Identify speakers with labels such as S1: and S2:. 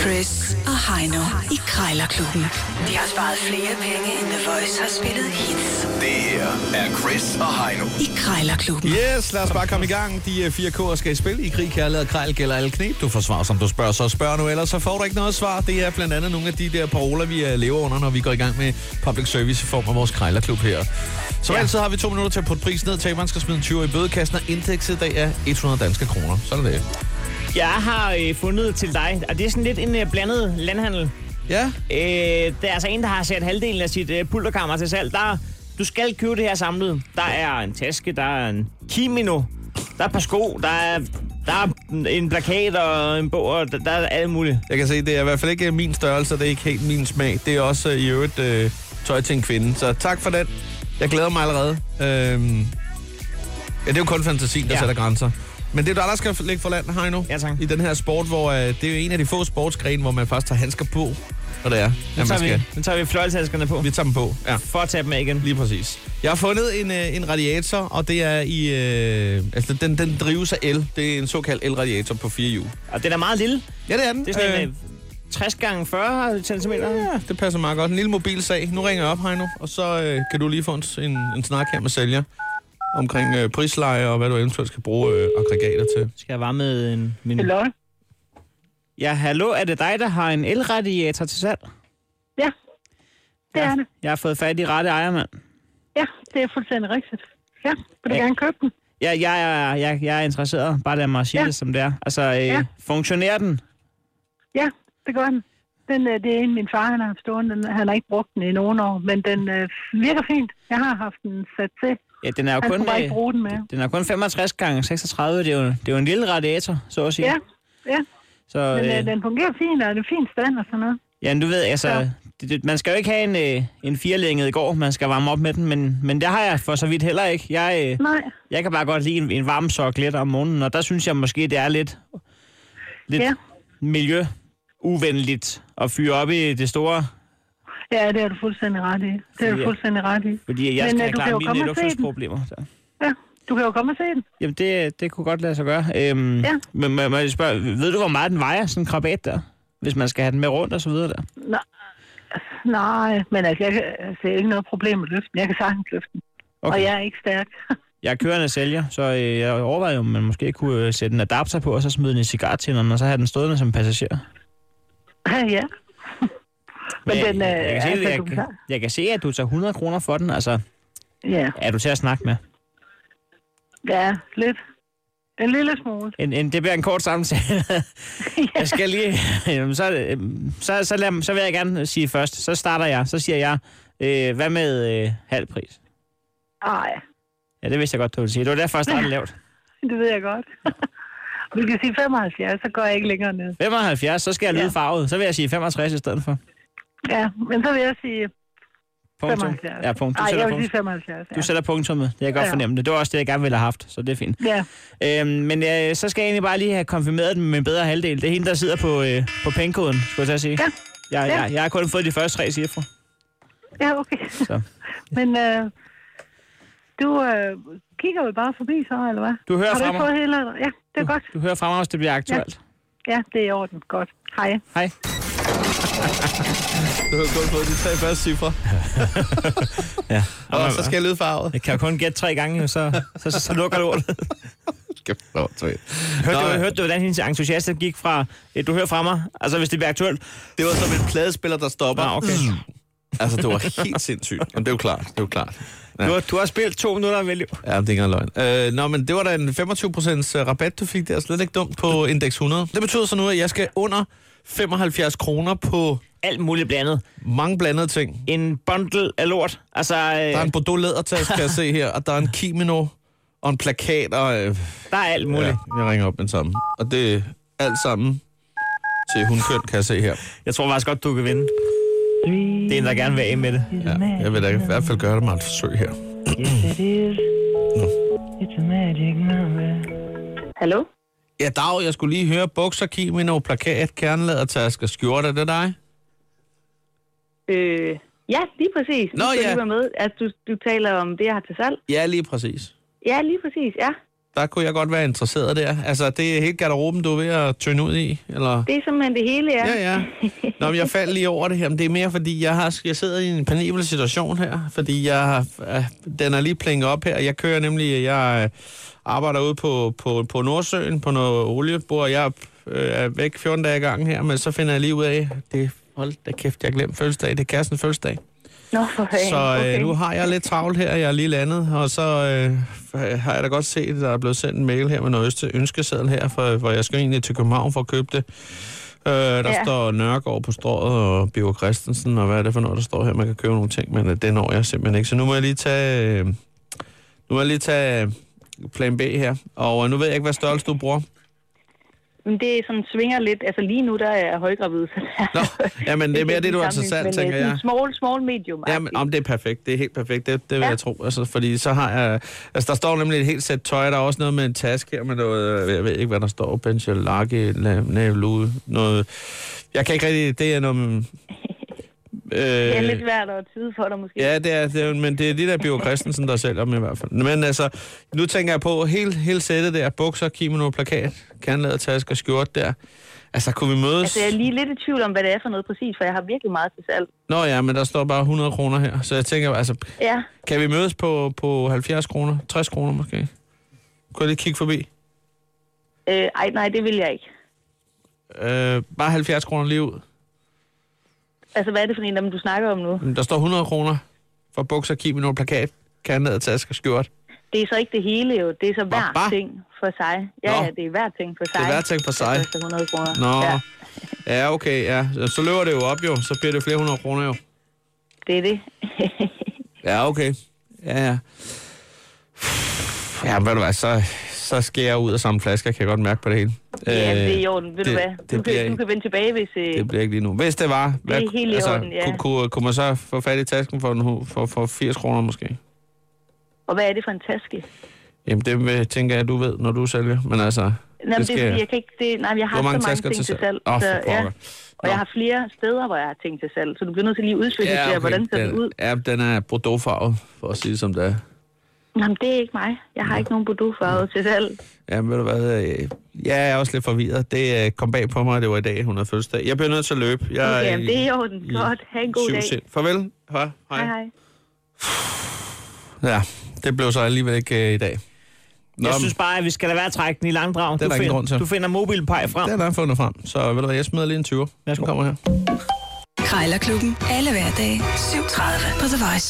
S1: Chris og Heino i Krejlerklubben. De har sparet flere penge, end The Voice har spillet hits
S2: Det her er Chris og Heino.
S1: i Krejlerklubben.
S3: Yes, lad os bare komme i gang. De øh, fire K'er skal i spil. I krig, kærlighed og krejl gælder alle knep. Du får svar, som du spørger, så spørg nu, ellers så får du ikke noget svar. Det er blandt andet nogle af de der paroler, vi øh, lever under, når vi går i gang med public service i form af vores krejlerklub her. Som ja. altid har vi to minutter til at putte prisen ned. Taberen skal smide en 20 i bødekassen, og indekset i dag er 100 danske kroner. Sådan er det.
S4: Jeg har øh, fundet til dig, og det er sådan lidt en øh, blandet landhandel.
S3: Ja,
S4: Øh, der er altså en, der har sat halvdelen af sit øh, pulterkammer til salg. Der, du skal købe det her samlet. Der er en taske, der er en kimono, der er et par sko, der er, der er en plakat og en bog, og der, der er alt muligt.
S3: jeg kan se, det er i hvert fald ikke øh, min størrelse, og det er ikke helt min smag. Det er også øh, i øvrigt øh, tøj til en kvinde. Så tak for den. Jeg glæder mig allerede. Øhm, ja, det er jo kun fantasien, der ja.
S4: Ja.
S3: sætter grænser. Men det er dig, der skal lægge for land, Heino.
S4: Ja, tak.
S3: I den her sport, hvor øh, det er jo en af de få sportsgrene, hvor man faktisk tager handsker på, når det er,
S4: Nu
S3: at man
S4: tager
S3: skal.
S4: vi, nu tager vi fløjlshandskerne på,
S3: Vi tager dem på, ja.
S4: for at tage dem af igen.
S3: Lige præcis. Jeg har fundet en, øh, en radiator, og det er i... Øh, altså, den, den drives af el. Det er en såkaldt el-radiator på fire hjul.
S4: Og den er meget lille.
S3: Ja, det er den.
S4: Det er sådan en øh, 60 gange 40 cm.
S3: Ja, det passer meget godt. En lille mobil sag. Nu ringer jeg op, Heino, og så øh, kan du lige få en, en, en snak her med sælger omkring øh, prisleje og hvad du eventuelt skal bruge øh, aggregater til.
S4: Skal jeg varme med en... Min...
S5: Hallo?
S4: Ja, hallo, er det dig, der har en elradiator til salg?
S5: Ja, det er det.
S4: Jeg har fået fat i rette ejer, mand.
S5: Ja, det er fuldstændig rigtigt. Ja, vil du
S4: Ja.
S5: gerne købe den?
S4: Ja, jeg, er, jeg, jeg er interesseret. Bare lad mig sige ja.
S5: Ja.
S4: det, som det er. Altså, øh, ja.
S5: Ja.
S4: funktionerer den?
S5: Ja, det gør den. den øh, det er en, min far han har haft stående. Den, han har ikke brugt den i nogen år, men den øh, virker fint. Jeg har haft den sat til.
S4: Ja, den er jo
S5: Han
S4: kun,
S5: kunne bare
S4: øh,
S5: ikke bruge den mere.
S4: den er kun 65 gange 36. Det er, jo, det er jo en lille radiator, så at sige.
S5: Ja, ja.
S4: så,
S5: Men
S4: øh,
S5: øh, den fungerer fint, og det er fint stand og sådan noget.
S4: ja, men du ved, altså,
S5: Ja.
S4: det, det, man skal jo ikke have en, øh, en firelænget i går. Man skal varme op med den, men, men det har jeg for så vidt heller ikke. Jeg, øh,
S5: Nej,
S4: jeg kan bare godt lide en, en varm sok lidt om morgenen, og der synes jeg måske, det er lidt, lidt
S5: Ja.
S4: miljøuvenligt at fyre op i det store.
S5: ja, det er du fuldstændig ret i. Det er du
S4: Ja.
S5: fuldstændig ret i.
S4: Fordi jeg
S5: Men,
S4: skal
S5: øh,
S4: have
S5: du kan jo
S4: klaret mine
S5: komme og se den.
S4: luksusproblemer. Så.
S5: Ja, du kan jo komme og se den.
S4: Jamen, det, det kunne godt lade sig gøre. Øhm,
S5: Ja.
S4: Men må, må jeg spørge, ved du, hvor meget den vejer, sådan en krabat der? Hvis man skal have den med rundt og så videre der.
S5: Nej, men altså, jeg kan- altså, jeg har ikke noget problem med løften. Jeg kan sagtens løfte den. Okay. Og jeg er ikke stærk.
S4: Jeg er kørende sælger, så øh, jeg overvejer jo, om man måske kunne øh, sætte en adapter på, og så smide den i cigartænderne, og så have den stående som passager.
S5: ja, Ah, ja. Men
S4: jeg,
S5: den, øh,
S4: jeg, kan se,
S5: altså,
S4: jeg,
S5: du
S4: jeg,
S5: kan-
S4: jeg kan se, at du tager 100 kroner for den. Altså,
S5: Ja,
S4: er du til at snakke med?
S5: ja lidt. En lille smule.
S4: En, en, det bliver en kort samtale. jeg skal lige... Jamen, så, er det- øhm, så, så, lad, så vil jeg gerne øh, sige først. Så starter jeg. Så siger jeg, øh, hvad med øh, halv pris?
S5: Nej,
S4: Ja, det vidste jeg godt, du ville sige. Det var derfor, jeg startede lavt.
S5: det ved jeg godt. Vi kan sige 75, så går jeg ikke længere ned.
S4: 75, så skal jeg lyde
S5: Ja.
S4: farvet. Så vil jeg sige 65 i stedet for.
S5: Ja, men så vil jeg sige
S4: Punktum.
S5: 75.
S4: Ja, punkt. Du,
S5: Nej,
S4: sætter,
S5: jeg vil sige
S4: punkt.
S5: 75. Ja.
S4: du sætter punktummet. Det kan jeg godt
S5: Ja.
S4: fornemme det. Det var også det, jeg gerne ville have haft, så det er fint.
S5: ja.
S4: Øhm, men øh, så skal jeg egentlig bare lige have konfirmeret den med en bedre halvdel. Det er hende, der sidder på, øh, på pengekoden, skulle jeg til at sige.
S5: Ja.
S4: Jeg,
S5: Ja.
S4: jeg, jeg har kun fået de første tre cifre.
S5: ja, okay.
S4: Så.
S5: Men øh, du øh, kigger vel bare forbi så, eller hvad?
S4: Du hører
S5: Har du
S4: fra
S5: ikke
S4: mig.
S5: fået hele? Ja, det er godt.
S4: Du hører fra mig, hvis det bliver aktuelt. Ja.
S5: Ja, det er i orden. Godt. Hej.
S4: Hej.
S3: Du har kun fået de tre første cifre,
S4: Ja.
S3: og så skal jeg lyde farvet.
S4: Jeg kan jo kun gætte tre gange, så, så, så, så lukker lortet.
S3: Kæft, hvor åndssvagt.
S4: Hørte,
S3: Nå,
S4: du, hørte du, hvordan hendes entusiasme gik fra, øh, du hører fra mig, altså hvis det bliver aktuelt.
S3: Det var som en pladespiller, der stopper.
S4: Nå, okay.
S3: Altså, det var helt sindssygt. Men det er jo klart, det er jo klart. Ja,
S4: Du, har- du har spillet to minutter af mit liv.
S3: ja men det er ikke engang løgn. Øh, nå, men det var da en 25% rabat, du fik der. Slet ikke dumt på indeks 100. Det betyder så nu, at jeg skal under 75 kroner på
S4: Alt muligt blandet.
S3: mange blandede ting.
S4: En bundle af lort. Altså, øh,
S3: Der er en Bordeaux lædertaske, kan jeg se her, og der er en kimono og en plakat, og øh,
S4: der er alt muligt.
S3: ja,
S4: Ja.
S3: jeg ringer op med det samme. Og det er alt sammen til hundkøn, kan jeg se her.
S4: Jeg tror faktisk godt, du kan vinde. Det er en, der gerne vil af med det.
S3: Ja, jeg vil da i hvert fald gøre det med et forsøg her.
S5: Hallo?
S3: Ja, Dag, jeg skulle lige høre bukser, kimono, plakat, kerneladertaske, skjorte, det er dig?
S6: Øh, ja, lige Altså, præcis.
S3: Nå,
S6: Nu skal jeg
S3: ja.
S6: Lige være med, at du, du taler om det, jeg har til salg.
S3: Ja, lige præcis.
S6: Ja, lige præcis, ja.
S3: der kunne jeg godt være interesseret der. Altså, det er helt garderoben, du er ved at tynde ud i, eller...
S5: Det er simpelthen det hele, ja.
S3: Ja, ja. Nå, men jeg faldt lige over det her, men det er mere, fordi jeg, har, jeg sidder i en penibel situation her, fordi jeg, har- øh, den er lige plinget op her. Jeg kører nemlig, jeg øh, arbejder ude på, på, på Nordsøen på noget oliebord, og jeg øh, er væk 14 dage i gang her, men så finder jeg lige ud af, det, hold da kæft, jeg glemte fødselsdag, det er kærestens fødselsdag.
S5: Nå, for fanden.
S3: Så øh, nu har jeg lidt travlt her, jeg er lige landet, og så øh, har jeg da godt set, at der er blevet sendt en mail her med noget øste- ønskeseddel her, for, hvor jeg skal egentlig til København for at købe det. Øh, der ja.
S5: Ja.
S3: står Nørregård på strået og Biver Christensen, og hvad er det for noget, der står her? Man kan købe nogle ting, men øh, det når jeg simpelthen ikke. Så nu må jeg lige tage, øh, nu må jeg lige tage øh, plan B her, og øh, nu ved jeg ikke, hvad størrelse du bruger.
S5: Men det er sådan, svinger lidt. Altså lige nu, der er jeg højgravid. Så der,
S3: Nå, jamen, det er mere det, du er interessant,
S5: sammenligning,
S3: tænker
S5: men, øh,
S3: jeg.
S5: sådan Small, small medium.
S3: Ja, men om det er perfekt. Det er helt perfekt. Det, det vil ja.
S5: Ja.
S3: jeg tro. Altså, fordi så har jeg... Altså, der står nemlig et helt sæt tøj. Der er også noget med en taske her med noget... øh, Jeg ved ikke, hvad der står. Benchelaki, Navlu, noget... Jeg kan ikke rigtig... Det er noget... mm, Øh,
S5: det er lidt svært at tyde for dig måske.
S3: Ja, det er, det er, men det er de der Bio Christensen, der sælger dem i hvert fald. Men altså, nu tænker jeg på hele, hele sættet der. Bukser, kimono, plakat, kernladet taske og skjort der. Altså, kunne vi mødes?
S5: Altså, jeg er lige lidt i tvivl om, hvad det er for noget præcis, for jeg har virkelig meget til salg.
S3: Nå ja, men der står bare 100 kroner her. Så jeg tænker, altså,
S5: Ja,
S3: Kan vi mødes på, på 70 kroner? 60 kroner måske? Kunne jeg lige kigge forbi?
S5: øh, ej, nej, det vil jeg ikke.
S3: Øh, bare 70 kroner lige ud.
S5: Altså, hvad er det for en af dem, du snakker om nu?
S3: Men Der står 100 kroner for bukser, kimono, plakat, kandad, taske og skjort.
S5: Det er så ikke det hele jo. Det er så hver
S3: hva?
S5: ting for sig. Ja,
S3: Nå.
S5: ja, det er hver ting for sig.
S3: er hver ting for sig.
S5: Det koster 100 kroner.
S3: Nå,
S5: Ja,
S3: ja. ja, okay, ja. Så løber det jo op jo, så bliver det flere hundrede kroner jo.
S5: det er det.
S3: Ja, okay. Ja, ja. Ja, men ved du hvad, så, så skal jeg ud og samle flasker, kan jeg godt mærke på det hele.
S5: ja,
S3: Øh,
S5: det er i orden. Ved du
S3: det-
S5: hvad?
S3: det
S5: Du, kan,
S3: bliver-
S5: du kan vende tilbage, hvis... Øh,
S3: Det bliver ikke lige nu. Hvis det var, hvad,
S5: helt i orden, ja.
S3: kunne, kunne, kunne, man så få fat i tasken for, en hu- for, for 80 kroner måske?
S5: Og hvad er det for en taske?
S3: Jamen, det øh, tænker jeg, du ved, når du sælger. Men altså,
S5: Nå, men det, er
S3: jeg-
S5: fordi, jeg kan ikke... Det, nej, men jeg har
S3: Hvor mange
S5: så mange
S3: tasker
S5: ting
S3: til
S5: til
S3: salg?
S5: salg.
S3: Åh, for
S5: så, ja.
S3: pokker. Nå.
S5: Og jeg har flere steder, hvor jeg har ting til salg, så du bliver nødt til lige at udspecificere, ja, okay. hvordan ser det
S3: den,
S5: ud.
S3: Ja, den er bordeauxfarvet, for at sige det, som det er.
S5: Jamen, det er ikke mig. Jeg har ikke nogen bordeauxfarve til salg.
S3: Ja, ved du hvad, øh, jeg er også lidt forvirret. Det øh, kom bag på mig, at det var i dag, hun havde fødselsdag. Jeg bliver nødt til at løbe. Jeg,
S5: Okay,
S3: øh,
S5: jamen, det er i orden.
S3: i
S5: Godt. Ha' en god
S3: syv
S5: dag.
S3: sind. Farvel. Hej.
S5: Hej, hej.
S3: Ja, det blev så alligevel ikke øh, i dag. Nå,
S4: Jeg synes bare, at vi skal lade være at trække den i langdrag.
S3: er
S4: du,
S3: der ingen
S4: find-
S3: grund til.
S4: du finder mobilpej frem.
S3: den er fundet frem. Så ved du hvad, jeg smider lige en 20'er. Den kommer her.
S1: Krejlerklubben. Alle hverdage. 7.30 på The Voice.